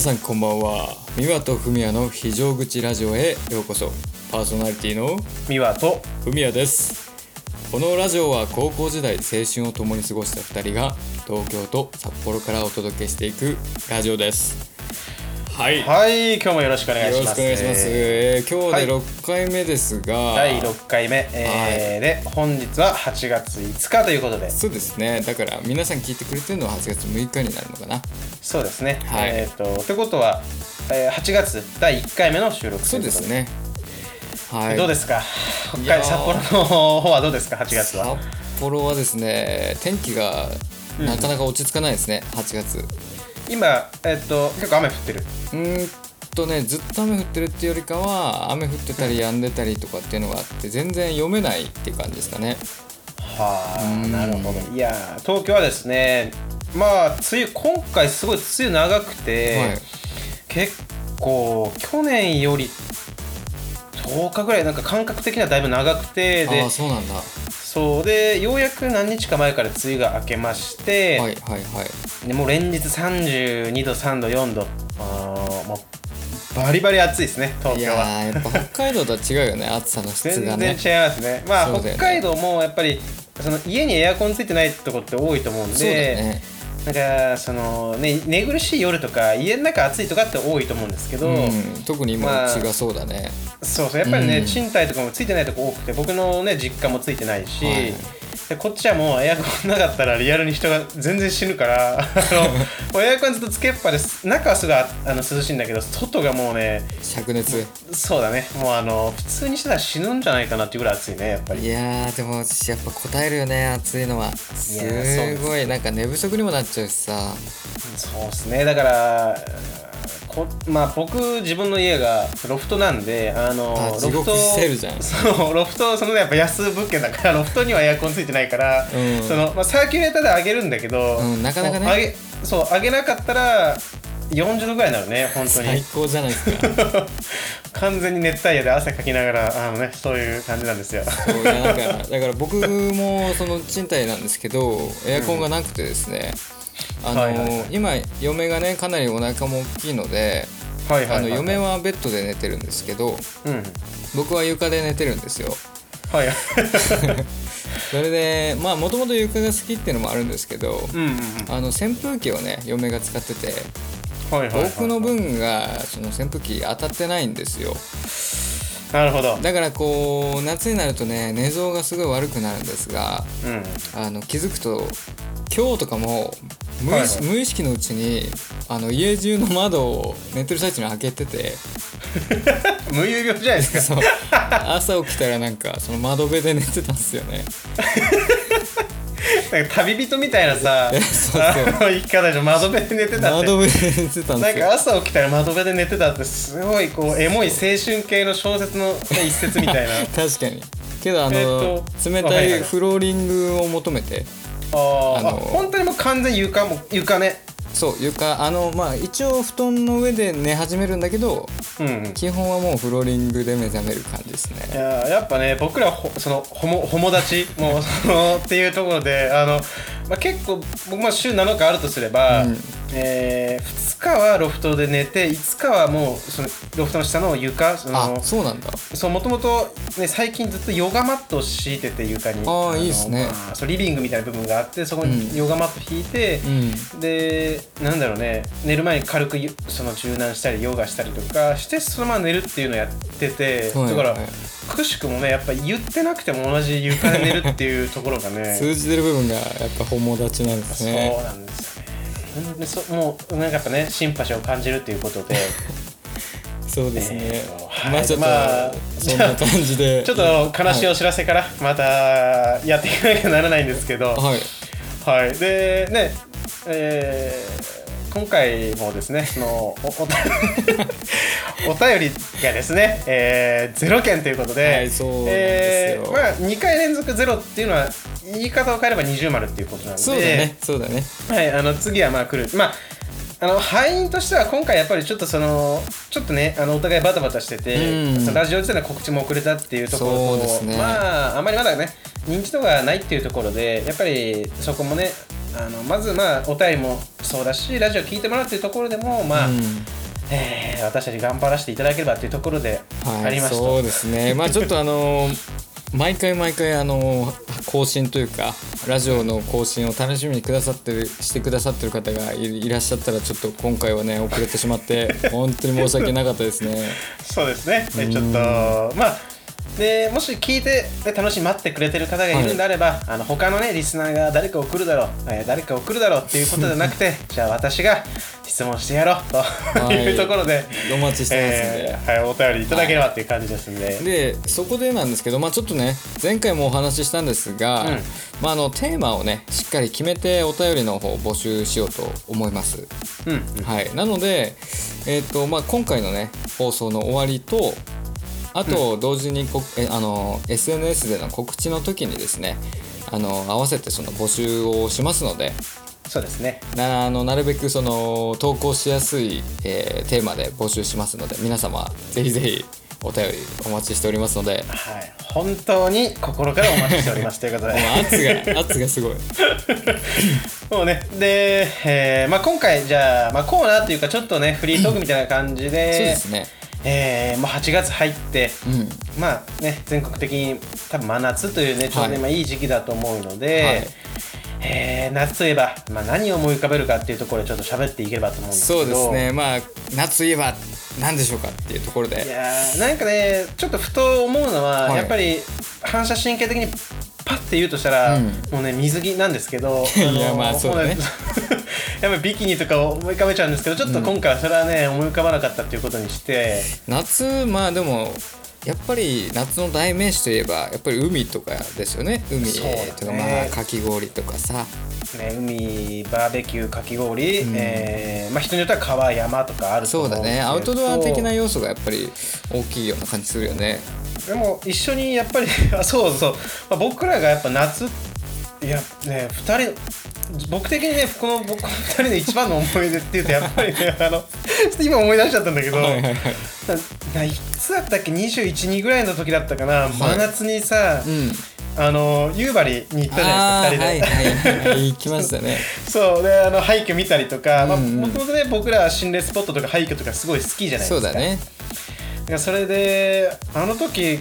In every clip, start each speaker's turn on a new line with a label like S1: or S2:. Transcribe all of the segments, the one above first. S1: さんこんばんは美和と文也の非常口ラジオへようこそパーソナリティの
S2: 美和と
S1: 文也ですこのラジオは高校時代青春を共に過ごした2人が東京と札幌からお届けしていくラジオですはい、
S2: はい今日もよろしくお願い
S1: よ
S2: し
S1: ろ
S2: ま
S1: し
S2: す
S1: くお願いします、えー今
S2: は
S1: 日
S2: い
S1: で6回目ですが、
S2: 第6回目、えーで本日は8月5日ということで
S1: そうですねだから皆さん聞いてくれてるのは8月6日になるのかな
S2: そうですね、
S1: はい
S2: えっ、とということは、えー、8月第1回目の収録
S1: そうですねは
S2: と
S1: い
S2: いうことでどうですか北
S1: いやー
S2: 海札幌の方はどうですか8月は
S1: 札幌はですね天気がなかなか落ち着かないですね、8月
S2: 今えっ、と結構雨降ってる
S1: うーんとねずっと雨降ってるっていうよりかは雨降ってたり止んでたりとかっていうのがあって全然読めないっていう感じですかね
S2: はあなるほどいやー東京はですねまあ梅雨今回すごい梅雨長くて、
S1: はい
S2: 結構去年より10日ぐらいなんか感覚的にはだいぶ長くて
S1: あ
S2: で
S1: あそうなんだは
S2: そうでようやく何日か前から梅雨が明けまし
S1: い
S2: て、
S1: はいはい
S2: でもう連日32度3度4度あーもうバリバリ暑いですね東
S1: い
S2: 京
S1: や
S2: は。
S1: ーやっぱ北海道とは違うよね暑さの質
S2: 全
S1: が
S2: 然違い
S1: ね
S2: ますね。まあ
S1: そうだよね
S2: 北海道もやっぱりその家にエアコンついてないとこって多いと思うんで、
S1: そうだね
S2: なんかそのね寝苦しい夜とか家の中暑いとかって多いと思うんですけど、
S1: うん、特に今
S2: ま
S1: う
S2: あ
S1: ちがそうだね、
S2: そうそうやっぱりね、
S1: うん
S2: 賃貸とかもついてないとこ多くて僕のね実家もついてないし、
S1: はい
S2: でこっちはもうエアコンなかったらリアルに人が全然死ぬから あのもうエアコンずっとつけっぱです中はすごいああの涼しいんだけど外がもうね
S1: 灼熱
S2: そうだねもうあの普通にしてたら死ぬんじゃないかなっていうぐらい暑いねやっぱり
S1: いやーでも私やっぱ答えるよね暑いのはす
S2: そうです
S1: ごいなんか寝不足にもなっちゃうしさ
S2: そうですねだからこまあ僕自分の家がロフトなんであの
S1: あ
S2: ロ
S1: 地
S2: フ
S1: 獄
S2: ト
S1: スタイルじゃん
S2: そうロフトそのやっぱ安物件だから ロフトにはエアコンついてないから、
S1: うん
S2: そのまあ、サーキュレーターで上げるんだけど、
S1: うんなかなかね
S2: もう上げそう上げなかったら40度ぐらいなのね本当
S1: 最
S2: に
S1: 高じゃないですか
S2: 完全に熱帯夜で汗かきながらあのねそういう感じなんですよ
S1: そういやなんかだから僕もその賃貸なんですけどエアコンがなくてですね、あの
S2: はいはいはい
S1: 今嫁がねかなりお腹も大きいので、
S2: はいはいはい
S1: あの嫁はベッドで寝てるんですけど
S2: うん
S1: 僕は床で寝てるんですよ
S2: はい
S1: それでまあもともと床が好きっていうのもあるんですけど、
S2: うんうんうん
S1: あの扇風機をね嫁が使ってて
S2: はいはいはい
S1: 僕の分がその扇風機当たってないんですよ
S2: なるほど
S1: だからこう夏になるとね寝相がすごい悪くなるんですが
S2: うん
S1: あの気づくと今日とかも無意,、
S2: はいはい
S1: 無意識のうちにあの家中の窓を寝てる最中に開けて て
S2: 無遊病じゃないですか
S1: そう朝起きたらなんかその窓辺で寝てたんですよね
S2: なんか旅人みたいな さ
S1: そうそう
S2: あの生き方でしょ窓辺で寝てたって
S1: 窓辺で寝てたん
S2: な
S1: で
S2: ん
S1: すよ
S2: か朝起きたら窓辺で寝てたってすごいこうエモい青春系の小説の一節み たいな
S1: 確かにけどあの、
S2: えーと
S1: 冷
S2: は
S1: た
S2: いはいい
S1: フローリングを求めて
S2: あー
S1: あの
S2: あ本当にもう完全に床も床ね
S1: そう床あのまあ一応布団の上で寝始めるんだけど
S2: うんうん
S1: 基本はもうフローリングで目覚める感じです
S2: い
S1: ね
S2: やーやっぱね僕らほそのホモホモ立ちもうそのっていうところであの、まあ、結構僕も週7日あるとすれば、
S1: うん
S2: え2日はロフトで寝て5日はもうそのロフトの下の床そ
S1: あ
S2: の
S1: そうなんだ
S2: そうもともと、ね、最近ずっとヨガマットを敷いてて床に
S1: あー
S2: の
S1: いいっすね
S2: まあそうリビングみたいな部分があってそこ
S1: うん
S2: にヨガマット敷いて
S1: う、ん
S2: でなんだろうね寝る前に軽くゆその柔軟したりヨガしたりとかしてそのまま寝るっていうのをやってて、
S1: はい
S2: だから、
S1: はい
S2: くしくもねやっぱ言ってなくても同じ床で寝るっていうところがね
S1: 通じてる部分がやっぱ友達なん です
S2: そう
S1: ね
S2: なんですよね本当にそもうなんかやっぱねシンパシーを感じるっていうこと で
S1: そうですね
S2: えーとはい
S1: まあちょっと、
S2: まあ
S1: そんな感じで
S2: ちょっと悲しい
S1: は
S2: お知らせからまたやっていかなきゃならないんですけど、
S1: はい
S2: はい、でね、えー今回もですねそのおお お便りがですね、えー、ゼロ件ということで、
S1: はいそうなんですよ
S2: えーまあ、2回連続ゼロっていうのは言い方を変えれば二重丸っていうことなんで
S1: そうだね、そうだね
S2: はい、あの次はまあ来る、まああの敗因としては今回やっぱりちょっとそのちょっとねあのお互いバタバタしてて、
S1: うん
S2: そのラジオ自体の告知も遅れたっていうところ
S1: そう
S2: と、
S1: ですね
S2: まああまりまだね認知度がないっていうところでやっぱりそこもねあのまずまあお便りもそうだしラジオ聞いてもらうっていうところでもまあ、
S1: うん
S2: えー私たち頑張らせていただければというところでありました、
S1: そうですねまあちょっとあの 毎回毎回あの更新というかラジオの更新を楽しみにくださってるしてくださってる方がいいらっしゃったらちょっと今回はね遅れてしまって本当に申し訳なかったですね
S2: そうですね、えちょっとまあでもし聞いて、ね、楽しみ待ってくれてる方がいるんであれば、あの他のねリスナーが誰か送るだろう、えー誰か送るだろうっていうことじゃなくてじゃあ私が質問してやろうと
S1: はい
S2: いうところで、
S1: お待ちしてますんで、
S2: えーはい、お便りいただければっていう感じですんで、
S1: でそこでなんですけど、まあ、ちょっとね前回もお話ししたんですが、
S2: うん
S1: まあ、あのテーマをねしっかり決めてお便りの方を募集しようと思います、
S2: うんうん
S1: はい、なので、えーとまあ、今回のね放送の終わりとあと同時にこ、えあの SNS での告知の時にですねあの合わせてその募集をしますので
S2: そうですね
S1: なあのなるべくその投稿しやすい、えーテーマで募集しますので皆様ぜひぜひお便りお待ちしておりますので
S2: はい本当に心からお待ちしておりますという ことで
S1: もう圧 が圧がすごい。
S2: そうね。で、えーまあ、今回、じゃあ、まあ、コーナーというか、ちょっとね、フリートークみたいな感じで、
S1: そうですね。
S2: えーもう8月入って、
S1: うん。
S2: まあね、全国的に多分真夏というね、ちょう
S1: は
S2: ど
S1: い
S2: 今いい時期だと思うので、
S1: はい
S2: えー夏といえば、まあ、何を思い浮かべるかっていうところでちょっと喋っていければと思うんですけど。
S1: そうですね。まあ夏といえば何でしょうかっていうところ
S2: い
S1: で。
S2: やーなんかねちょっとふと思うのは、
S1: はい
S2: やっぱり反射神経的にパッて言うとしたら、
S1: うん
S2: もうね水着なんですけど
S1: いやまあそうだね
S2: もね やっぱりビキニとかを思い浮かべちゃうんですけどちょっと今回はそれはね、思い浮かばなかったっていうことにして
S1: 夏まあでもやっぱり夏の代名詞といえばやっぱり海とかですよね。海
S2: そうだね
S1: とかまあかき氷とかさ。
S2: ね、海バーベキューかき氷、
S1: うん
S2: えーまあ、人によっては川山とかあると
S1: そ
S2: 思
S1: うん
S2: で
S1: だ
S2: す
S1: ね。
S2: けど
S1: アウトドア的な要素がやっぱり大きいような感じするよね。
S2: でも一緒にやっぱり あそうそう、まあ、僕らがやっぱ夏いやね2人僕的にねこの僕の2人の一番の思い出っていうとやっぱ りねあのちょっと今思い出しちゃったんだけど、
S1: はいはいはい。
S2: なないつだったっけ212ぐらいの時だったかな、真夏にさ、
S1: うん。
S2: あの夕張に行ったじゃ
S1: あ
S2: な
S1: あ
S2: いです
S1: ー
S2: か
S1: はい
S2: 2人で、
S1: はいはい行きましたね。
S2: そうであの廃墟見たりとかも
S1: うんうん
S2: ともとね僕らは心霊スポットとか廃墟とかすごい好きじゃないですか
S1: そうだね。
S2: いやそれであの時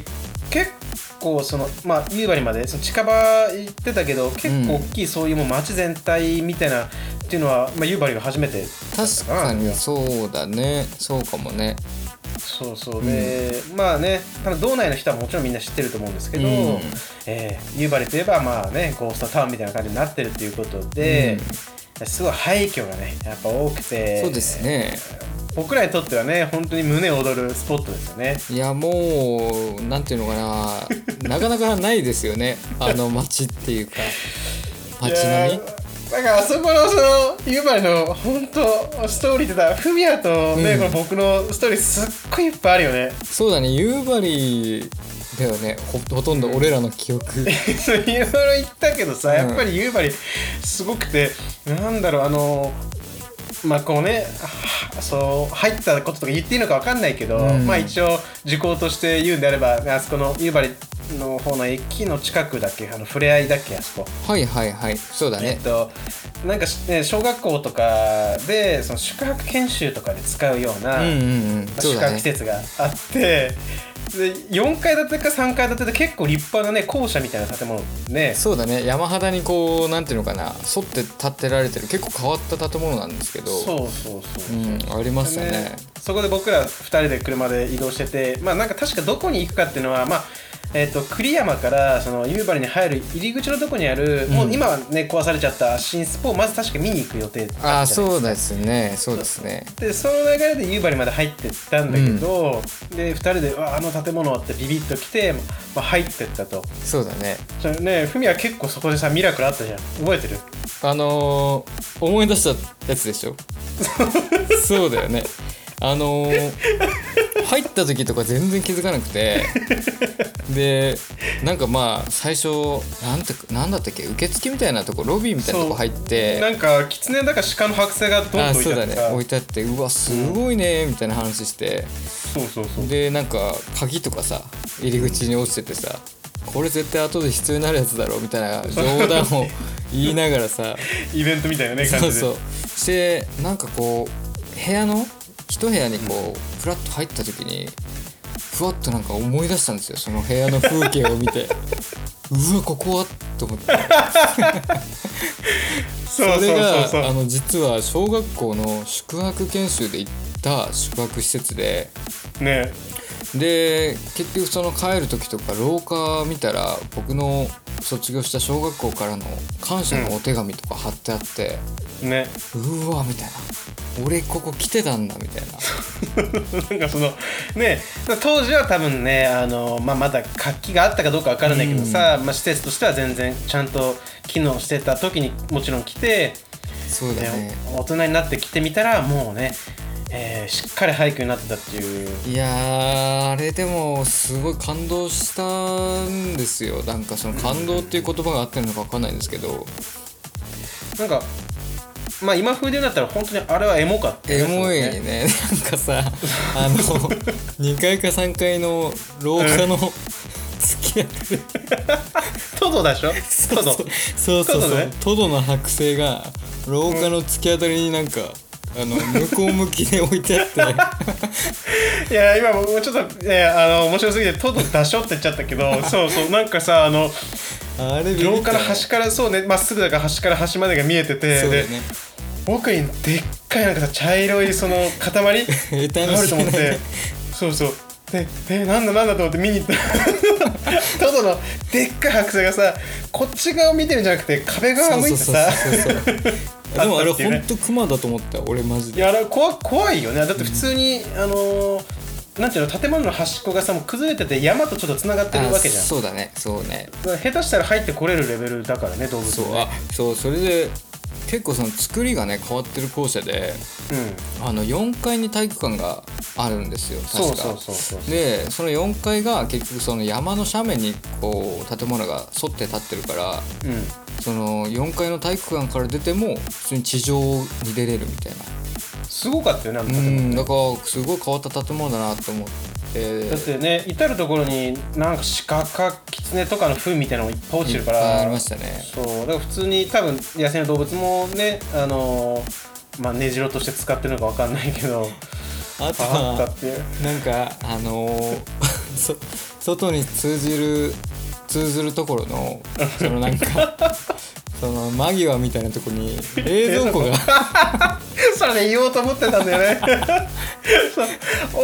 S2: 結構そのまあ夕張までその近場行ってたけど結構大きいそういうもう街全体みたいなっていうのは、まあ、夕張が初めて
S1: 確かにそうだね。そうかもね。
S2: そうそうで、まあね多分道内の人はもちろんみんな知ってると思うんですけど、
S1: うん
S2: えー夕張といえばまあねゴーストタウンみたいな感じになってるっていうことで、すごい廃墟がねやっぱ多くて
S1: そうですね。
S2: 僕らにとってはね本当に胸躍るスポットですよね。
S1: いやもうなんていうのかななかなかないですよねあの街っていうか街並
S2: いやーなんかあそこのその夕張の本当ストーリーってさフミヤとね、
S1: うん
S2: この僕のストーリーすっごいいっぱいあるよね
S1: みそうだね夕張だよねほほとんど俺らの記憶
S2: そういろいろ言ったけどさ、
S1: うん
S2: やっぱり夕張すごくてなんだろうあのまあこうねはそう入ったこととか言っていいのか分かんないけど、
S1: うん
S2: まあ一応時効として言うんであればあそこの夕張の方の駅の近くだっけあの触れ合いだっけあそこ
S1: はいはいはいそうだ
S2: えっ
S1: ね
S2: と、なんかし、ね、小学校とかでその宿泊研修とかで使うよう
S1: うん
S2: な、ま
S1: うんうん
S2: あ
S1: そう
S2: 宿
S1: だ
S2: 泊施
S1: ね
S2: 設があって、で4階建てか3階建てで結構立派なね校舎みたいな建物ね
S1: そうだね山肌にこうなんていうのかな沿って建てられてる結構変わった建物なんですけど
S2: そうそうそうう、
S1: んありました
S2: ね
S1: ね、
S2: そこで僕ら2人で車で移動しててまあなんか確かどこに行くかっていうのはまあえっと栗山からその夕張に入る入り口のとこにある、もう今はね壊されちゃった新スポをまず確か見に行く予定だったじゃない
S1: ああ
S2: ですか
S1: そうですねそうですね
S2: でその流れで夕張まで入ってったんだけど、で2人でうわあの建物ってビビッと来て、まあ、入ってったと
S1: そうだね
S2: それねふみは結構そこでさミラクルあったじゃん覚えてる
S1: あのー、思い出したやつでし ょそうだよねあのー、入った時とか全然気づかなくてでなんかまあ最初なんてなんだったっけ受付みたいなとこロビーみたいなとこ入っ
S2: な
S1: て
S2: んか狐だか鹿の剥製がどんどん
S1: あ
S2: 置い
S1: そ
S2: て
S1: う
S2: あ
S1: だ
S2: っ
S1: ね
S2: てさ
S1: 置いてあってうわすごいねみたいな話して
S2: そうそうそう
S1: でなんか鍵とかさ入り口に落ちててさこれ絶対後で必要になるやつだろみたいな冗談を言いながらさ
S2: イベントみたいなね感じ
S1: そ
S2: で
S1: うそうしてなんかこう部屋の一部屋にこうフラッと入った時にふわっとなんか思い出したんですよその部屋の風景を見 てうわここはと思って
S2: そ
S1: そう
S2: そう
S1: れ
S2: そう
S1: が
S2: そう
S1: あの実は小学校の宿泊研修で行った宿泊施設で
S2: ね
S1: で結局その帰る時とか廊下見たら僕の卒業した小学校からの感謝のお手紙とか貼ってあって、
S2: ね
S1: うわみたいな俺ここ来てたんだみたいな
S2: なんかそのね当時は多分ねあの、まあ、まだ活気があったかどうかわからないけどさ、まあ、施設としては全然ちゃんと機能してた時にもちろん来て
S1: そうだ
S2: で
S1: ね
S2: 大人になって来てみたらもうね、えーしっかり俳句になってたっていう
S1: いやーあれでもすごい感動したんですよなんかその感動っていう言葉が合ってるのか分かんないんですけど
S2: なんかまあ今風で言うんだったら本当にあれはエモかった
S1: エ
S2: ね
S1: モい
S2: すごくね
S1: ねなんかさあの2階か3階の廊下の付き合い
S2: トドでしょトド
S1: そうそう
S2: トド
S1: そ
S2: ね
S1: うトドの剥製が廊下の突き当たりになんか、あの向こう向きで置いてあ って
S2: いや今僕もちょっと、ね、あの面白すぎてトド出しょって言っちゃった けどそうそうなんかさあの
S1: あれビビった
S2: 廊下の端からそうねまっすぐだから端から端までが見えてて、
S1: そうだ
S2: で
S1: よね
S2: 奥にでっかいなんかさ茶色いその塊
S1: えた
S2: あると思っ
S1: い
S2: てそうそうでえなんだなんだと思って見に行った らトドのでっかい白星がさこっち側を見てるんじゃなくて壁 側を向いてさ
S1: そうそうそうそうそうでもあれ
S2: あったっていうね
S1: 本当クマだと思った俺マジ
S2: い
S1: で
S2: やあれ怖怖いよねだって普通に、あのーなんていうの建物の端っこがさもう崩れてて山とちょっとつながってるわけじゃん
S1: あそうだねそうね
S2: だから下手したら入ってこれるレベルだからね動物
S1: そう
S2: ね
S1: あそうそれで結構その作りがね変わってる校舎で
S2: うん
S1: あの4階に体育館があるんですよ確か
S2: そうそうそうそう
S1: でその4階が結局その山の斜面にこう建物が沿って建ってるから
S2: うん
S1: その4階の体育館から出ても普通に地上に出れるみたいな
S2: すごかったよねあの
S1: う
S2: 建物
S1: んだからすごい変わった建物だなと思って
S2: だってね至る所になんか鹿かキツネとかの糞みたいなのがいっぱい落
S1: い
S2: ちて
S1: っぱ
S2: るか
S1: い
S2: ら
S1: ありましたね
S2: そうだから普通に多分野生の動物もねあのーまあ根城として使ってるのかわかんないけど
S1: あと
S2: あった
S1: は
S2: っていう
S1: なんかあのー そ外に通じる通ずるところ のそのなんかその間際みたいなところに冷蔵庫 が
S2: それね言おうと思ってたんだよね そう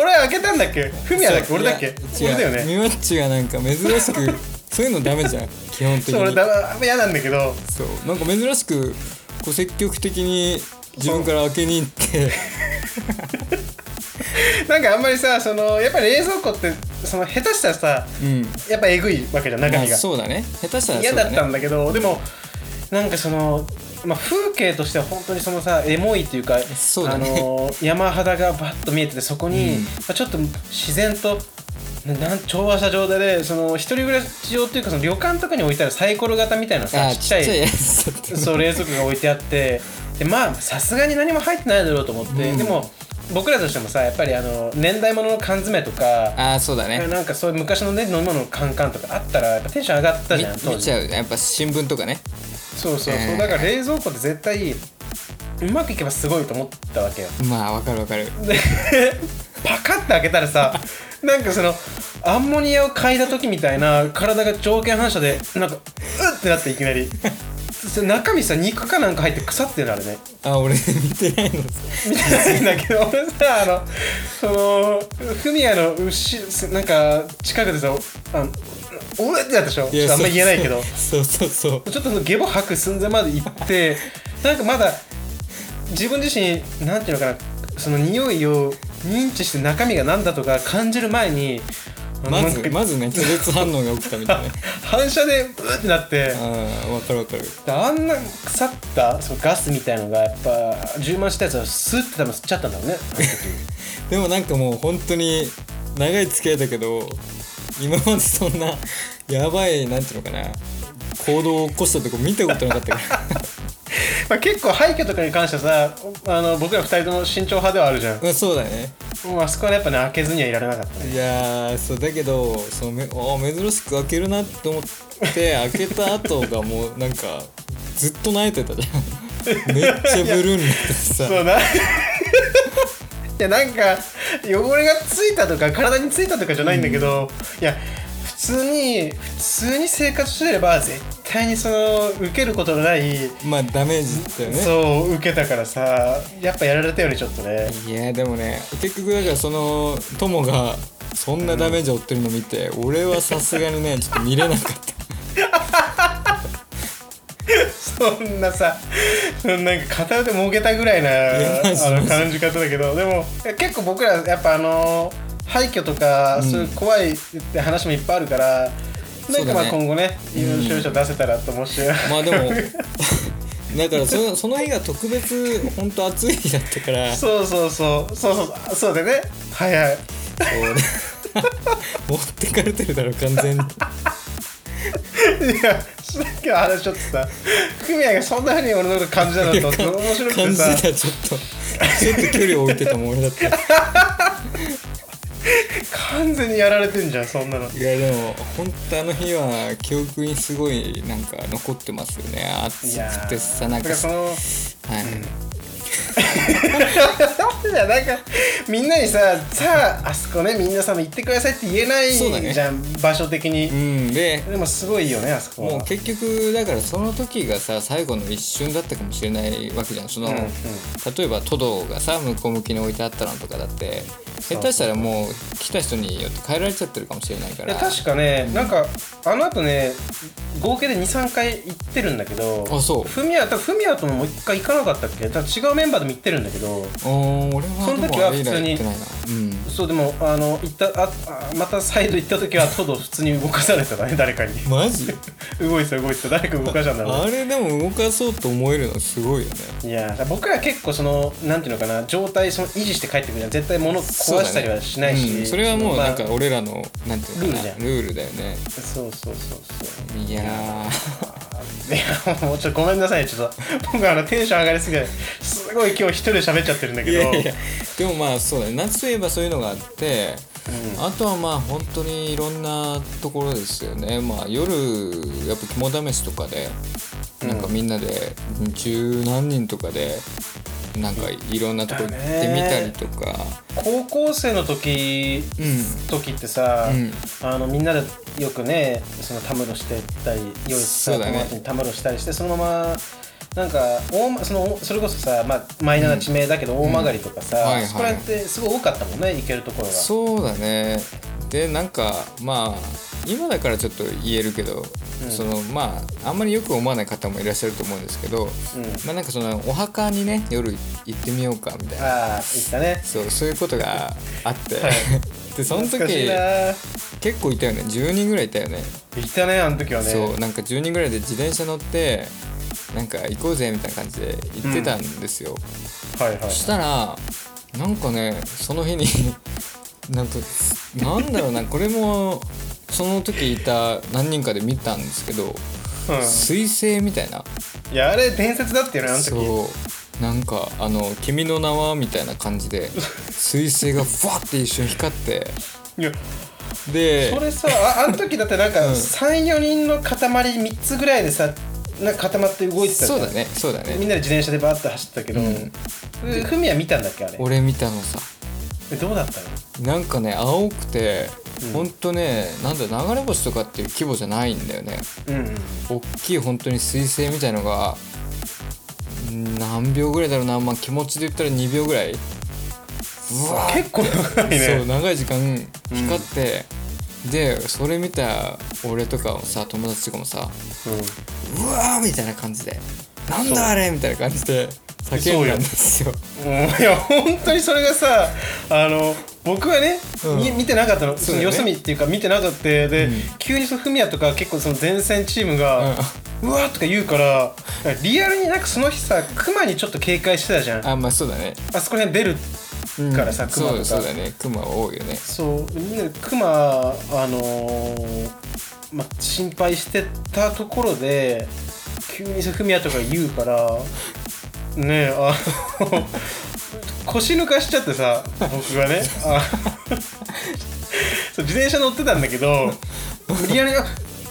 S2: 俺開けたんだっけフミヤ だっけ俺だっけ
S1: い
S2: 俺
S1: や
S2: だよ
S1: 違う
S2: ね
S1: ミワッチがなんか珍し くそういうのダメじゃん基本的
S2: そう俺
S1: に
S2: だ嫌なんだけど
S1: そうなんか珍しくこう積極的に自分から開けに行って
S2: なんかあんまりさそのやっぱり冷蔵庫ってその下手したらさ
S1: うん
S2: やっぱえぐいわけじゃん中
S1: まあ
S2: 身が
S1: そうだね下手したらそ
S2: 嫌
S1: うだ
S2: だ
S1: ね
S2: ったんだけど、でもなんかその、まあ、風景としては本当にそのさエモいっていうか
S1: そうだね
S2: あの山肌がバッと見えててそこに、
S1: うん
S2: まあ、ちょっと自然と。なん調和した状態でその一人暮らし用っていうかその旅館とかに置いてあるサイコロ型みたいなさ
S1: あ
S2: ち
S1: ち
S2: っ
S1: っ
S2: ち
S1: ち
S2: ゃ
S1: ゃ
S2: い
S1: いやつだった
S2: そう冷蔵庫が置いてあってでまあさすがに何も入ってないだろうと思って、
S1: うん
S2: でも僕らとしてもさやっぱりあの年代物の缶詰とか
S1: ああそうだね
S2: なんかそういう昔のね飲み物のカンカンとかあったらやっぱテンション上がったじゃん
S1: 見見ちゃうよねやっぱ新聞とかね
S2: そうそうそう、
S1: えー
S2: だから冷蔵庫って絶対うまくいけばすごいと思ったわけよ
S1: まあわかるわかる
S2: でパカッて開けたらさなんかそのアンモニアを嗅いだ時みたいな体が条件反射でなんかうってなっていきなりそ中身さ肉かなんか入って腐ってるのあれね
S1: あ俺見てないの
S2: みたいんだけど 俺さあのそのフミヤの牛なんか近くでさあのおえってなったでしょちょっとあんま言えないけど
S1: そうそうそう
S2: ちょっとそのゲボ吐く寸前まで行ってなんかまだ自分自身なんていうのかなその匂いを認知して中身が何だとか感じる前に
S1: ま
S2: なん
S1: ず
S2: か
S1: まずね拒絶反応が起きたみた いなね
S2: 反射でうーってなって
S1: ああわかるわかる
S2: であんな腐ったそのガスみたいのがやっぱ充満したやつをスーって多分吸っちゃったん だろうね
S1: でもなんかもう本当に長い付き合いだけど今までそんなやばいなんていうのかな行動を起こしたとこ見たことなかった か
S2: まあ結構廃墟とかに関してはさあの僕ら二人とも慎重派ではあるじゃん
S1: らまあそうだね
S2: もうあそこはやっぱね開けずにはいられなかったね
S1: いやーそうだけどそのめあー珍しく開けるなって思って開けた後がもうなんかずっ と泣いてたじゃんめっちゃブルーになってさ
S2: そうないやなんか汚れがついたとか体についたとかじゃないんだけど、いや普通に普通に生活してれば絶対にその受けることのない、
S1: まあダメージだよね
S2: そう受けたからさやっぱやられたよねちょっとね
S1: いやでもね結局だからその友がそんなダメージを負ってるの見て、俺はさすがにねちょっと見れなかった
S2: そんなさそんななんか片腕もげたぐらい
S1: やマジ
S2: なあ
S1: マ
S2: の
S1: ジ
S2: 感じ方だけどでもえ結構僕らやっぱあの廃墟とか、
S1: ん
S2: そういう怖いって話もいっぱいあるからなんかまあ
S1: そうだね
S2: 今後ねいろいろ所有者出せたらと思うし、
S1: まあでも だからそのその日が特別本当暑い日だったからそ
S2: そうそうそうそうそうそうでねはいはいう
S1: ね持ってかれてるだろ完全に
S2: いやさっきの話ちょっとさフミヤがそんなふうに俺のこと感じたのとって面白く
S1: 感
S2: て
S1: じ
S2: さ
S1: たちょっとちょっと距離を置いてたもん俺だって
S2: 完全にやられてんじゃんそんなの
S1: いやでも本当あの日は記憶にすごいなんか残ってますよね
S2: い
S1: 暑
S2: や
S1: くてさ
S2: ー
S1: な
S2: だ
S1: ん
S2: か
S1: から
S2: その
S1: はい、
S2: いやなんかみんなにささああそこねみんなさ行ってくださいって言えない
S1: そうだね
S2: じゃん、場所的に、
S1: うんで
S2: でもすごいよねあそこは
S1: もう結局だからその時がさ最後の一瞬だったかもしれないわけじゃんその、
S2: うんうん
S1: 例えばトドがさ向こう向きに置いてあったのとかだって
S2: そう
S1: 下手したらもう来た人によって変えられちゃってるかもしれないか
S2: いや
S1: ら
S2: 確かね、なんかあの後ね合計で23回行ってるんだけど
S1: あそう
S2: フミヤ多分フミヤとももう1回行かなかったっけ多分違うメンバーでも行ってるんだけど
S1: おー俺は
S2: その時
S1: でも
S2: は
S1: あれ以来
S2: 普通に
S1: やってないなうん
S2: そうでもあの行ったああまた再度行った時はトド普通に動かされてたね誰かに
S1: マジ
S2: 動いてた動いてた誰か動かしたんだろう
S1: あれでも動かそうと思えるのすごいよね
S2: いやだから僕ら結構そのなんていうのかな状態その維持して帰ってくるじゃん絶対物壊したりはしないし
S1: そうだねうんそれはもう
S2: まあ
S1: なんか俺らのなんていうのかな
S2: ルールじ
S1: ルールだよね
S2: そうそうそうそう
S1: いやー
S2: いやもうちょっとごめんなさいちょっと 僕あのテンション上がりすぎてすごい今日一人で喋っちゃってるんだけ
S1: い
S2: ど
S1: やいやでもまあそうだね夏といえばそういうのがあって、
S2: うん
S1: あとはまあ本当にいろんなところですよねまあ夜やっぱ肝試しとかでなんかみんなで十何人とかでなんかいろんなとこ行ってみたりとか、
S2: 高校生の時
S1: うん
S2: 時ってさ、
S1: うん
S2: あのみんなでよくねそのたむろしてったり用意した
S1: そうだね
S2: 友達にたむろしたりしてそのままなんか大まそのそれこそさ、まあ、マイナーな地名だけど大曲がりとかさ、
S1: うんはいはい
S2: そこら辺ってすごい多かったもんね行けるところが。
S1: そうだねでなんかまあ今だからちょっと言えるけど、
S2: うん
S1: そのまああんまりよく思わない方もいらっしゃると思うんですけど、
S2: うん、
S1: まあ、なんかそのお墓にね夜行ってみようかみたいな
S2: ああ行ったね。
S1: そうそういうことがあって、
S2: はい
S1: でその時
S2: 懐かしいな
S1: 結構いたよね10人ぐらいいたよね
S2: 行ったねあの時はね。
S1: そうなんか10人ぐらいで自転車乗ってなんか行こうぜみたいな感じで行ってたんですよ、
S2: はいはい
S1: そ。したらなんかねその日に なんかなんだろうなこれもその時いた何人かで見たんですけど
S2: う、
S1: 彗星みたいなん
S2: いやあれ伝説だってよねあの時。
S1: そうなんかあの「君の名は」みたいな感じ で彗星がふわって一瞬光って
S2: いや
S1: で
S2: それさああの時だってなんか
S1: うん
S2: 34人の塊3つぐらいでさなんか固まって動いてたじゃ
S1: そ
S2: ん
S1: うだねそうだ
S2: みん
S1: ね
S2: なで自転車でバーッと走ったけど、
S1: うん
S2: ふふみは見たんだっけあれ
S1: 俺見たのさ
S2: えどうだったの
S1: なんかね青くて、
S2: うん
S1: ほんとねなんだ流れ星とかっていう規模じゃないんだよね
S2: うんうん
S1: 大きい本当に彗星みたいのがん何秒ぐらいだろうな、まあ、気持ちで言ったら2秒ぐらいうわー
S2: 結構長い
S1: そう
S2: ね
S1: 長い時間光って、でそれ見た俺とかをさ友達とかもさ
S2: う
S1: 「
S2: ん
S1: うわ!」みたいな感じで「なん
S2: そう
S1: だあれ!」みたいな感じで叫んだんですよ。
S2: もういや本当にそれがさあの僕はね、
S1: うん
S2: み見てなかったの
S1: そ
S2: そう
S1: だ
S2: の
S1: よね
S2: 四隅っていうか見てなかったで、
S1: うん
S2: 急にそのフミヤとか結構その前線チームが「うわ!」とか言うからリアルになんかその日さクマにちょっと警戒してたじゃんあ
S1: あまあそうだね。
S2: そこら辺出る
S1: うん
S2: からさ熊とか
S1: そうそうだね熊は多いよね。
S2: そうみんなでクマあのーまあ、心配してたところで急にフミヤとか言うからねえあの腰抜かしちゃってさ僕がねあそう自転車乗ってたんだけど無理やりあ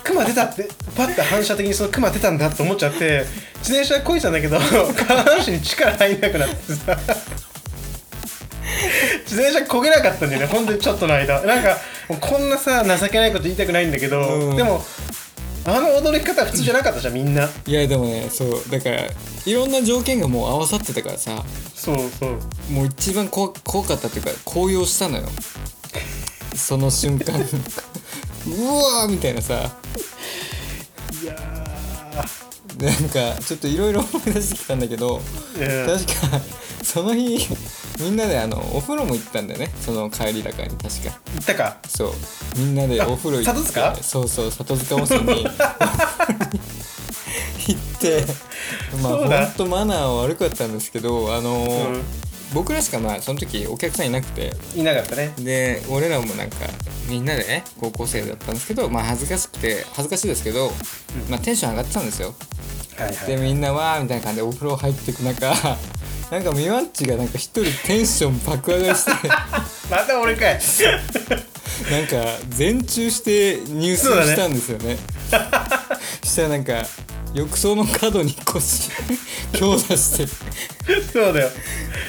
S2: クマ出たってパッて反射的にそのクマ出たんだと思っちゃって自転車こいてたんだけど下半身に力入んなくなってさ自転車焦げなかったんだよねほんとにちょっとの間なんかもうこんなさ情けないこと言いたくないんだけど、
S1: うん
S2: でもあの踊り方普通じゃなかったじゃんみんない
S1: やでもねそうだからいろんな条件がもう合わさってたからさ
S2: そうそう
S1: もう一番こ怖かったっていうか高揚したのよ その瞬間うわーみたいなさ
S2: いや
S1: なんかちょっといろいろ思い出してきたんだけど
S2: ーうん
S1: 確かその日みんなであのお風呂も行ったんだよねその帰りだからに確か
S2: 行ったか
S1: そうみんなでお風呂行って
S2: あ里塚
S1: そうそう里塚温泉 に行ってまあ
S2: そうだ
S1: ほんとマナー悪かったんですけどあのー、
S2: うん
S1: 僕らしかまあその時お客さんいなくて
S2: いなかったね
S1: で俺らもなんかみんなでね高校生だったんですけどまあ恥ずかしくて恥ずかしいですけど、まあ、テンション上がってたんですよ
S2: はい
S1: で
S2: はい
S1: みんなわーみたいな感じでお風呂入ってく中なんかみわんちがなんか一人テンション爆上がりしてなんか
S2: また俺かい
S1: 全中して入水したんですよねしたらなんか浴槽の角に腰強打して
S2: そうだよ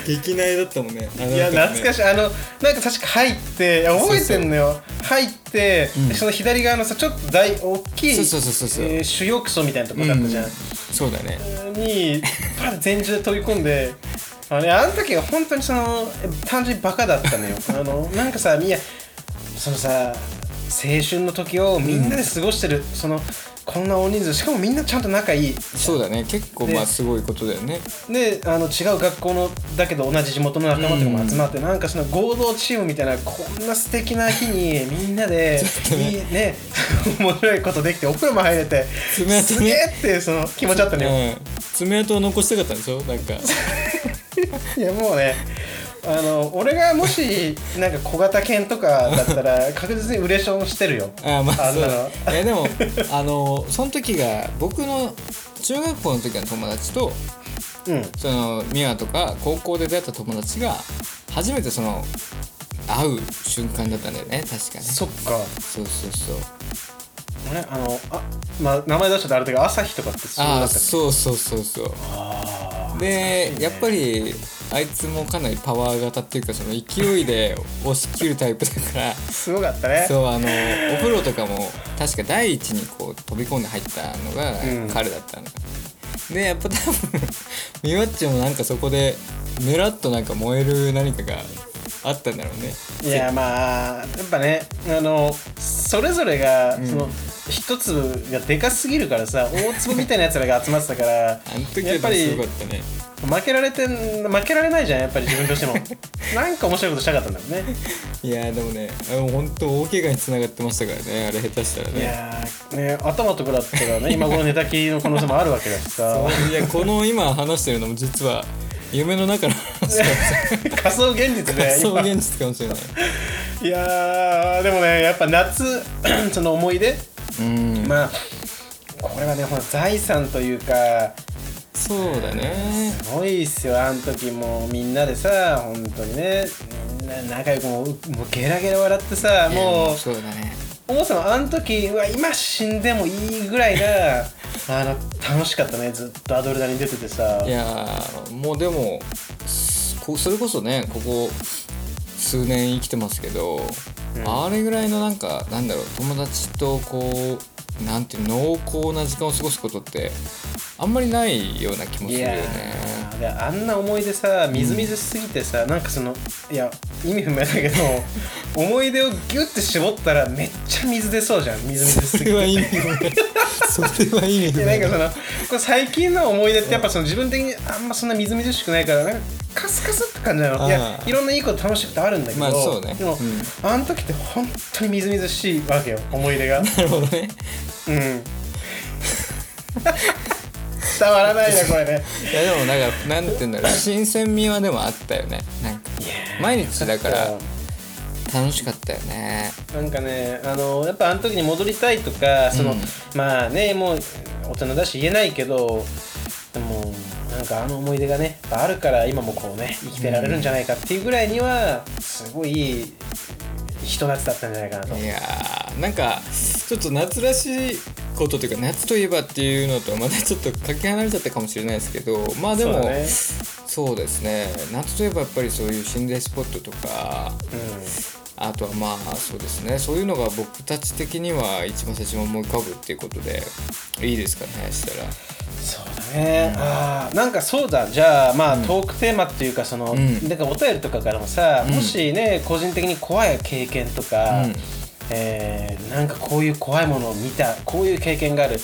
S1: 激内だったもんね
S2: いや懐か
S1: しい
S2: しいあのなんか確か入っていや覚えてんのよ入って、
S1: うん
S2: その左側のさちょっと大大きい
S1: そうそうそうそうそう
S2: えー主要クソみたいなとこだったじゃん、
S1: そうだね
S2: にパッ全中で飛び込んであの,、ね、あの時は本当にその単純にバカだった のよあのなんかさみんなそのさ青春の時をみんなで過ごしてる、そのこんな大人数しかもみんなちゃんと仲いい
S1: そうだね結構
S2: で
S1: まあすごいことだよね
S2: であの違う学校のだけど同じ地元の仲間とかも集まって、なんかその合同チームみたいなこんな素敵な日にみんなで
S1: ょっとね
S2: いいね面白いことできてお風呂も入れて
S1: 爪痕ね
S2: すげえっていうその気持ちだったのよ、
S1: うん爪痕を残したかったんでしょなんか
S2: いやもうねあの俺がもしなんか小型犬とかだった ら確実にウレションしてるよ
S1: あーまあ
S2: あん
S1: そう
S2: な
S1: だ
S2: の
S1: いやでもあのその時が僕の中学校の時の友達と
S2: うん
S1: そのミワとか高校で出会った友達が初めてその会う瞬間だったんだよね確かね
S2: そっか
S1: そうそうそう
S2: 俺あのあ、まあ、名前出しちゃってあれだけど朝日とかってそう
S1: あ
S2: だ
S1: あ
S2: ったっけ
S1: そうそうそうそう
S2: あー
S1: で、
S2: 懐かしいね
S1: やっぱりあいつもかなりパワー型っていうかその勢いで押し切るタイプだから
S2: すごかったね
S1: そうあのお風呂とかも確か第一にこう飛び込んで入ったのが
S2: うん
S1: 彼だったの、でやっぱ多分ミワッチもなんかそこでメラッとなんか燃える何かがあったんだろうね
S2: いやまあやっぱねあのそれぞれが
S1: ん
S2: その、一粒がでかすぎるからさ大粒みたいなやつらが集まってたから
S1: あの時
S2: やっぱ
S1: はす
S2: り
S1: ごかったね
S2: 負けられてん負けられないじゃんやっぱり自分として もなんか面白いことしたかったんだろうね
S1: いやでもねあの本当大怪我につながってましたからねあれ下手したら
S2: い
S1: ね
S2: やーね頭とかだった らね今頃寝たきりの可能性もあるわけだしさ
S1: そういやこの今話してるのも実は夢の中の話かも しれない
S2: 仮想現実で
S1: そう現実かもしれない
S2: いやーでもねやっぱ夏 その思い出
S1: うん
S2: まあこれはねほら財産というか
S1: そうだね
S2: すごいっすよあの時もうみんなでさ本当にねみんな仲良くもうもうゲラゲラ笑ってさもう
S1: そうだね
S2: そもそもあの時うわ今死んでもいいぐらいなあの楽しかったねずっとアドレナリン出ててさ
S1: いやーもうでもすこそれこそねここ数年生きてますけど、
S2: ん
S1: あれぐらいのなんかなんだろう友達とこうなんていう濃厚な時間を過ごすことってあんまりないような気もす
S2: い
S1: るよ
S2: や
S1: ね。
S2: ーであんな思い出さみずみずしすぎてさ、なんかそのいや意味不明だ けど思い出をギュッて絞ったらめっちゃ水出そうじゃんみずみずしす
S1: そ
S2: ぎて
S1: れは 意味不明それは意味不
S2: でなん
S1: 明
S2: かそのこれ最近の思い出ってやっぱその自分的にあんまそんなみずみずしくないからなんかカスカスって感じなのいや
S1: あー
S2: いろんないいこと楽しいことあるんだけど、
S1: まあそうね
S2: でも、
S1: うん
S2: あの時って本当にみずみずしいわけよ思い出 がうん
S1: な るほどね。
S2: 伝わらないなこれね
S1: いやでもなんかなんて言うんだろう新鮮味はでもあったよね。なんか毎日だから楽しかったよね。
S2: なんかね、あのやっぱあの時に戻りたいとか、その
S1: うん
S2: まあね、もう大人だし言えないけど、でもなんかあの思い出がね、やっぱあるから今もこうね、生きてられるんじゃないかっていうぐらいには、すごいいい人夏だったんじゃないかなと。
S1: いやーなんかちょっと夏らしいことというか 夏といえばっていうのとはまたちょっとかけ離れちゃったかもしれないですけどまあでも
S2: そ
S1: そうう,、
S2: だね
S1: そうですね夏といえばやっぱりそういう心霊スポットとかあとはまあそうですねそういうのが僕たち的には一番最初に思い浮かぶっていうことでいいですかねしたら
S2: そうだね、あーなんかそうだじゃあまあ、トークテーマっていうかその、
S1: ん
S2: なんかお便りとかからもさ、
S1: ん
S2: もしね個人的に怖い経験とか、
S1: うん
S2: えーなんかこういう怖いものを見たこういう経験がある、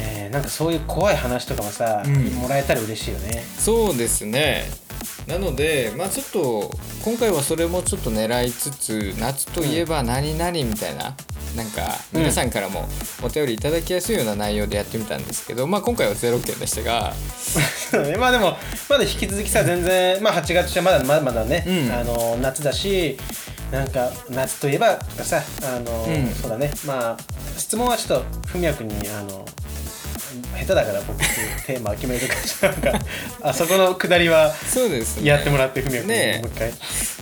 S2: えーなんかそういう怖い話とかもさ、
S1: うん
S2: もらえたら嬉しいよね
S1: そうですねなのでまあちょっと今回はそれもちょっと狙いつつ夏といえば何々みたいな、なんか
S2: うん
S1: 皆さんからもお便りいただきやすいような内容でやってみたんですけど、まあ今回は0件でしたが
S2: まあでもまだ引き続きさ全然、まあ、8月じゃまだまだまだね、
S1: うん
S2: あの夏だしなんか夏といえばとかさあの、
S1: うん
S2: そうだねまあ質問はちょっと文也君にあの下手だから僕テーマを決めるから なんかあそこのくだりは
S1: そうですね
S2: やってもらって文也君
S1: ねえ
S2: にもう一回、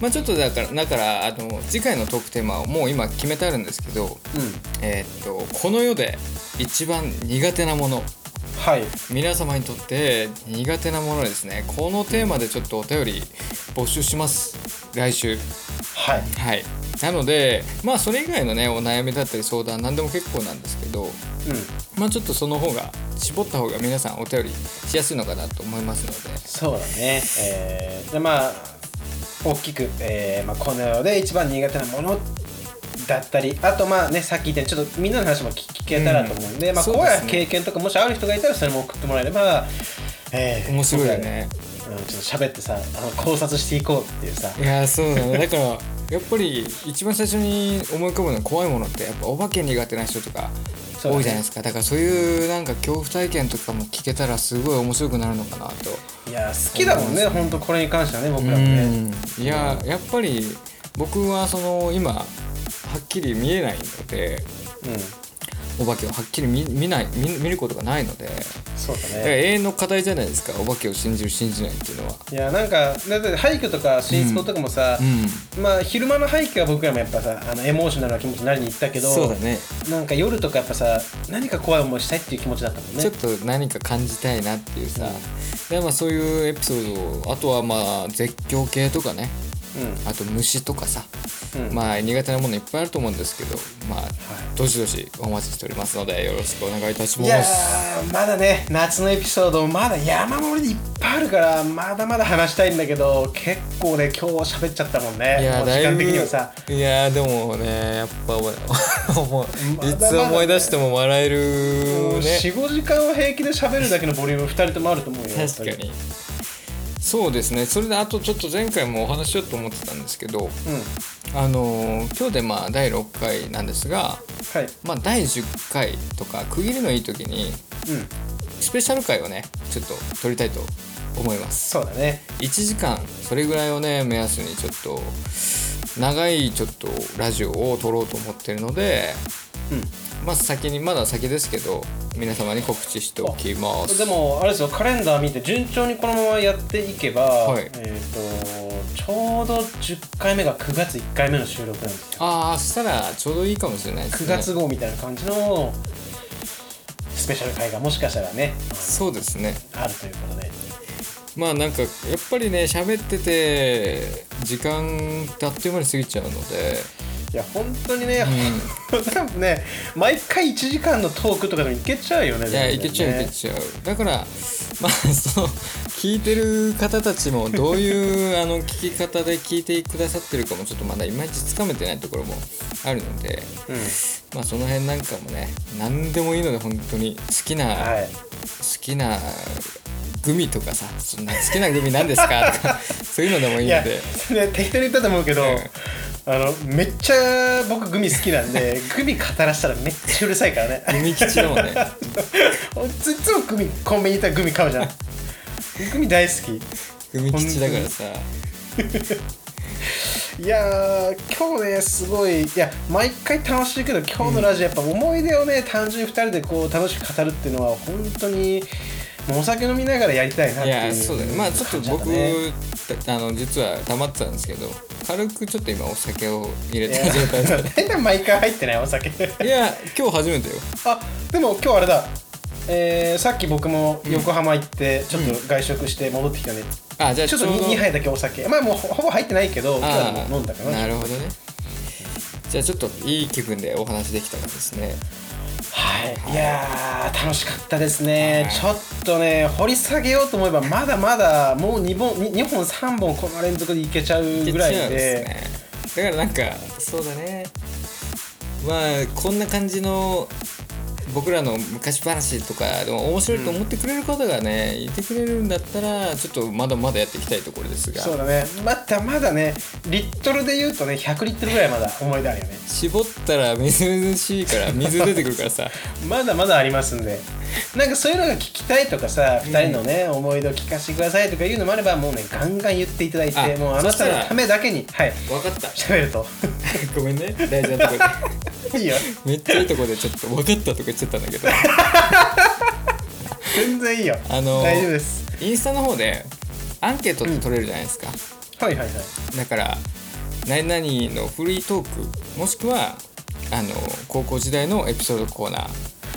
S1: まあちょっとだからだからあの次回のトークテーマをもう今決めてあるんですけど、
S2: うん
S1: えーっとこの世で一番苦手なもの
S2: はい
S1: 皆様にとって苦手なものですねこのテーマでちょっとお便り募集します来週
S2: はい
S1: はいなのでまあそれ以外のねお悩みだったり相談何でも結構なんですけど
S2: うん
S1: まあちょっとその方が絞った方が皆さんお便りしやすいのかなと思いますので
S2: そうだねえーでまあ大きく、えーまあ、この世で一番苦手なものだったりあとまあねさっき言ったようにちょっとみんなの話も聞聞けたらと思うんで、
S1: ん
S2: まあ
S1: そう
S2: 怖
S1: ですね
S2: い経験とかもしある人がいたらそれも送ってもらえれば、えー
S1: 面白いよね
S2: 僕らがうん、ちょっと喋ってさあの考察していこうっていうさ
S1: いやーそうだねだからやっぱり一番最初に思い浮かぶのは怖いものってやっぱお化け苦手な人とか
S2: そうだね
S1: 多いじゃないですかだ,、からそういうなんか恐怖体験とかも聞けたらすごい面白くなるのかなと
S2: いや好きだもんね本当これに関してはね僕らもね
S1: うんいやーやっぱり僕はその今はっきり見えないので
S2: うん、
S1: お化けをはっきり見見ない見見ることがないので
S2: そうだ
S1: だから
S2: ね
S1: 永遠の課題じゃないですかお化けを信じる信じないっていうのは。
S2: いやなんかだって廃墟とか新スポとかもさ、
S1: うん
S2: まあ昼間の廃墟は僕らもやっぱさあのエモーショナルな気持ちになりに行ったけど
S1: そうだね
S2: なんか夜とかやっぱさ何か怖い思いしたいっていう気持ちだったもんね
S1: ちょっと何か感じたいなっていうさ、でまあ、そういうエピソードをあとはまあ絶叫系とかねあと虫とかさ、
S2: うんうん
S1: まあ苦手なものいっぱいあると思うんですけどまあ、
S2: い
S1: どしどしお待ちしておりますのでよろしくお願いいたし
S2: いや
S1: ます。
S2: ーまだね夏のエピソードまだ山盛りでいっぱいあるからまだまだ話したいんだけど結構ね今日喋っちゃったもんね
S1: いや
S2: もう時間的にはさ
S1: いやーでもねやっぱ 俺思う
S2: まだまだね
S1: いつ思い出しても笑える
S2: もう
S1: ね
S2: 45時間は平気で喋るだけのボリューム2人ともあると思うよ
S1: 確か
S2: 本当
S1: にそうですねそれであとちょっと前回もお話ししようと思ってたんですけど
S2: うん
S1: あのー今日でまあ第6回なんですが
S2: はい
S1: まあ、第10回とか区切りのいい時に
S2: うん
S1: スペシャル回をねちょっと撮りたいと思います
S2: そうだね
S1: 1時間それぐらいをね目安にちょっと長いちょっとラジオを撮ろうと思ってるので
S2: うん
S1: まあ先にまだ先ですけど皆様に告知しておきます
S2: でもあれですよカレンダー見て順調にこのままやっていけば、
S1: はい
S2: えっ、とちょうど10回目が9月1回目の収録なんですよ
S1: ああしたらちょうどいいかもしれないです
S2: 9
S1: ね
S2: 月号みたいな感じのスペシャル回がもしかしたらね
S1: そうですね
S2: あるということで
S1: まあなんかやっぱりね喋ってて時間ってあっという間に過ぎちゃうので
S2: いや本当にね、
S1: ん
S2: 多分ね毎回1時間のトークとかでもいけちゃうよね
S1: いやい
S2: 全
S1: け
S2: 然ね
S1: ちゃういけちゃうだから まあその聞いてる方たちもどういうあの聞き方で聞いてくださってるかもちょっとまだいまいちつかめてないところもあるので
S2: うん
S1: まあその辺なんかもね何でもいいので本当に好きな、
S2: はい
S1: 好きなグミとかさそんな好きなグミなんですかとか そういうのでもいい
S2: い
S1: の
S2: や、
S1: で
S2: ね、適当に言ったと思うけど、あのめっちゃ僕グミ好きなんでグミ語らしたらめっちゃうるさいからね
S1: グミ吉だもんね
S2: いつもグミコンビニ行ったらグミ買うじゃんグミ大好き
S1: グミ吉だからさ
S2: いやー今日ねすごいいや毎回楽しいけど今日のラジオやっぱ思い出をね単純に2人でこう楽しく語るっていうのは本当にもうお酒飲みながらやりたいな
S1: い
S2: っていう
S1: やそうだねまあちょっと僕、
S2: 感じだったね
S1: あの実は溜まってたんですけど軽くちょっと今お酒を入れ
S2: い
S1: た状態
S2: や変な毎回入ってないお酒
S1: いや今日初めてよ
S2: あでも今日あれだえーさっき僕も横浜行ってちょっと外食して戻ってきたんで、
S1: あじゃあ
S2: ち
S1: ち
S2: ょ
S1: ょ
S2: っ
S1: う
S2: と
S1: ど
S2: 2, 杯だけお酒まあもうほほぼ入ってないけど今日は
S1: あ
S2: もう飲んだか
S1: あ
S2: な
S1: なるほどねじゃあちょっといい気分でお話できたらですね
S2: はい、いやー楽しかったですね、
S1: はい
S2: ちょっとね掘り下げようと思えばまだまだもう2本 2, 本3本この連続でいけちゃうぐらいで
S1: ですねだからなんかそうだねまあこんな感じの僕らの昔話とかでも面白いと思ってくれる方がね、いてくれるんだったらちょっとまだまだやっていきたいところですが
S2: そうだねまだまだねリットルで言うとね100リットルぐらいまだ思い出あるよね
S1: 絞ったらみずみずしいから水出てくるから さ
S2: まだまだありますんでなんかそういうのが聞きたいとかさ2人のね、思い出を聞かせてくださいとかいうのもあればもうねガンガン言っていただいて
S1: あ
S2: もうあなたのためだけにはい
S1: 分かった
S2: 喋ると
S1: ごめんね大事なとこ
S2: いいよ
S1: で めっちゃいいとこでちょっと分かったとか言っちゃったんだけど
S2: 全然いいよ、
S1: あのー
S2: 大丈夫です
S1: インスタの方でアンケートって取れるじゃないですか、
S2: はいはいはい
S1: だから何々のフリートークもしくはあの高校時代のエピソードコーナー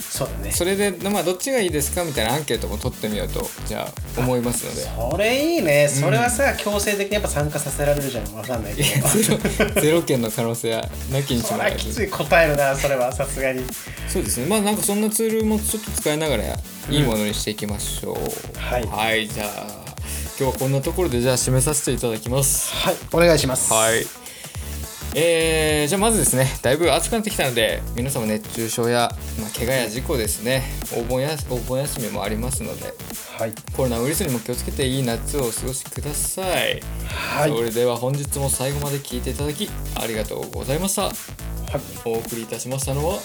S2: そうだね
S1: それで、まあ、どっちがいいですかみたいなアンケートも取ってみようとじゃあ思いますの で
S2: それいいねそれはさ、強制的にやっぱ参加させられるじゃんわかんないけ
S1: いや
S2: ど
S1: ゼロゼロ件の可能性はなきにし
S2: そ
S1: もあ
S2: りゃ
S1: ら
S2: き
S1: ず
S2: つい答えるなそれはさすがに
S1: そうですねまあなんかそんなツールもちょっと使いながらいいものにしていきましょう、
S2: はい
S1: じゃあ今日はこんなところでじゃあ締めさせていただきます
S2: はいお願いします
S1: はいえー、じゃあまずですねだいぶ暑くなってきたので皆様熱中症や、まあ、怪我や事故ですねお盆やお盆休みもありますので
S2: はい
S1: コロナウイルスにも気をつけていい夏をお過ごしください、
S2: はい、
S1: それでは本日も最後まで聞いていただきありがとうございましたお送りいたしましたのは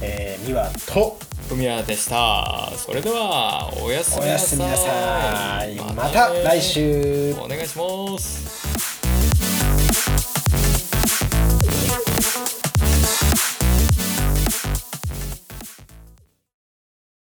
S2: えー、美和と
S1: 海谷でしたそれではおやす
S2: お
S1: み
S2: や
S1: な
S2: す
S1: さ
S2: みなさい
S1: い
S2: また来週
S1: お願いします